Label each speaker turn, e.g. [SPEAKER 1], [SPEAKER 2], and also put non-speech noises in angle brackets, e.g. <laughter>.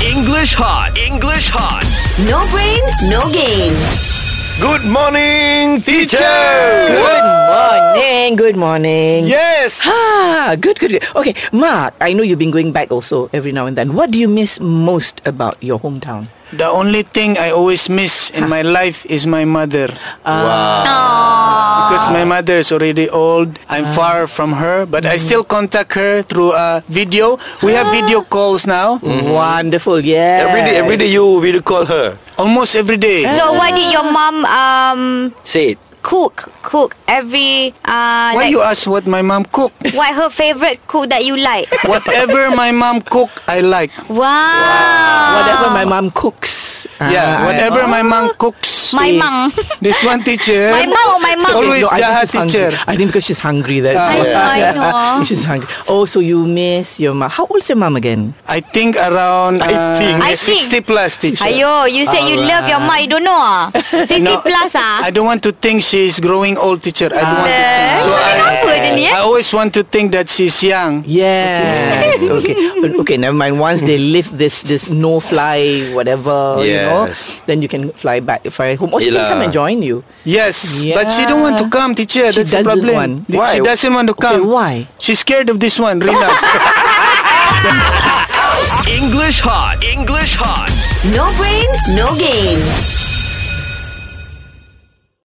[SPEAKER 1] English hot. English hot.
[SPEAKER 2] No brain, no game.
[SPEAKER 3] Good morning, teacher.
[SPEAKER 4] Good morning. Good morning.
[SPEAKER 3] Yes.
[SPEAKER 4] Ah, good, good, good. Okay, Ma, I know you've been going back also every now and then. What do you miss most about your hometown?
[SPEAKER 5] The only thing I always miss in my life is my mother. Because
[SPEAKER 6] Ah.
[SPEAKER 5] my mother is already old. I'm far from her, but I still
[SPEAKER 6] Mm.
[SPEAKER 5] contact her through a video. We
[SPEAKER 6] Ah.
[SPEAKER 5] have video calls now,
[SPEAKER 3] Mm.
[SPEAKER 4] Wonderful, yeah.
[SPEAKER 3] Every day, every day you will call her.
[SPEAKER 5] almost every day.
[SPEAKER 6] So what did your mom um
[SPEAKER 3] Say it.
[SPEAKER 6] cook cook every uh like
[SPEAKER 5] Why you ask what my mom
[SPEAKER 6] <laughs>
[SPEAKER 5] cook?
[SPEAKER 6] what her favorite cook that you like?
[SPEAKER 5] Whatever my mom cook, I like.
[SPEAKER 6] Wow.
[SPEAKER 4] Whatever my mom cooks. Ah,
[SPEAKER 5] Yeah, whatever my mom cooks.
[SPEAKER 6] My mom.
[SPEAKER 5] <laughs> This one teacher.
[SPEAKER 6] My mom or my mom?
[SPEAKER 5] Always
[SPEAKER 4] I think
[SPEAKER 5] jahat
[SPEAKER 4] she's hungry.
[SPEAKER 5] teacher.
[SPEAKER 4] I think because she's hungry. That's
[SPEAKER 6] I
[SPEAKER 4] why.
[SPEAKER 6] know, I know.
[SPEAKER 4] <laughs> She's hungry. Oh, so you miss your mom. How old's your mom again?
[SPEAKER 5] I think around
[SPEAKER 3] I
[SPEAKER 5] uh,
[SPEAKER 3] think.
[SPEAKER 6] I think.
[SPEAKER 5] 60 plus teacher.
[SPEAKER 6] Ayo, you said you love your mom. You don't know ah.
[SPEAKER 5] <laughs>
[SPEAKER 6] 60
[SPEAKER 5] Ah, No.
[SPEAKER 6] plus ah.
[SPEAKER 5] I don't want to think she's growing old, teacher. I don't want to think. So
[SPEAKER 6] Kenapa dia ni
[SPEAKER 5] I,
[SPEAKER 6] eh?
[SPEAKER 5] I always want to think that she's young.
[SPEAKER 4] Yes. okay. But okay, never mind. Once they lift this this no fly whatever, you know,
[SPEAKER 3] Yes.
[SPEAKER 4] then you can fly back fly home. Or she
[SPEAKER 3] Yelah.
[SPEAKER 4] can come and join you.
[SPEAKER 5] Yes, but she don't want to come, teacher.
[SPEAKER 4] She
[SPEAKER 5] That's the
[SPEAKER 4] doesn't
[SPEAKER 5] problem.
[SPEAKER 4] want.
[SPEAKER 5] Th-
[SPEAKER 3] Why?
[SPEAKER 5] She doesn't want to
[SPEAKER 4] Okay,
[SPEAKER 5] come.
[SPEAKER 4] why?
[SPEAKER 5] She's scared of this one,
[SPEAKER 4] <laughs>
[SPEAKER 5] Rina.
[SPEAKER 1] English hot. English hot.
[SPEAKER 2] No brain, no game.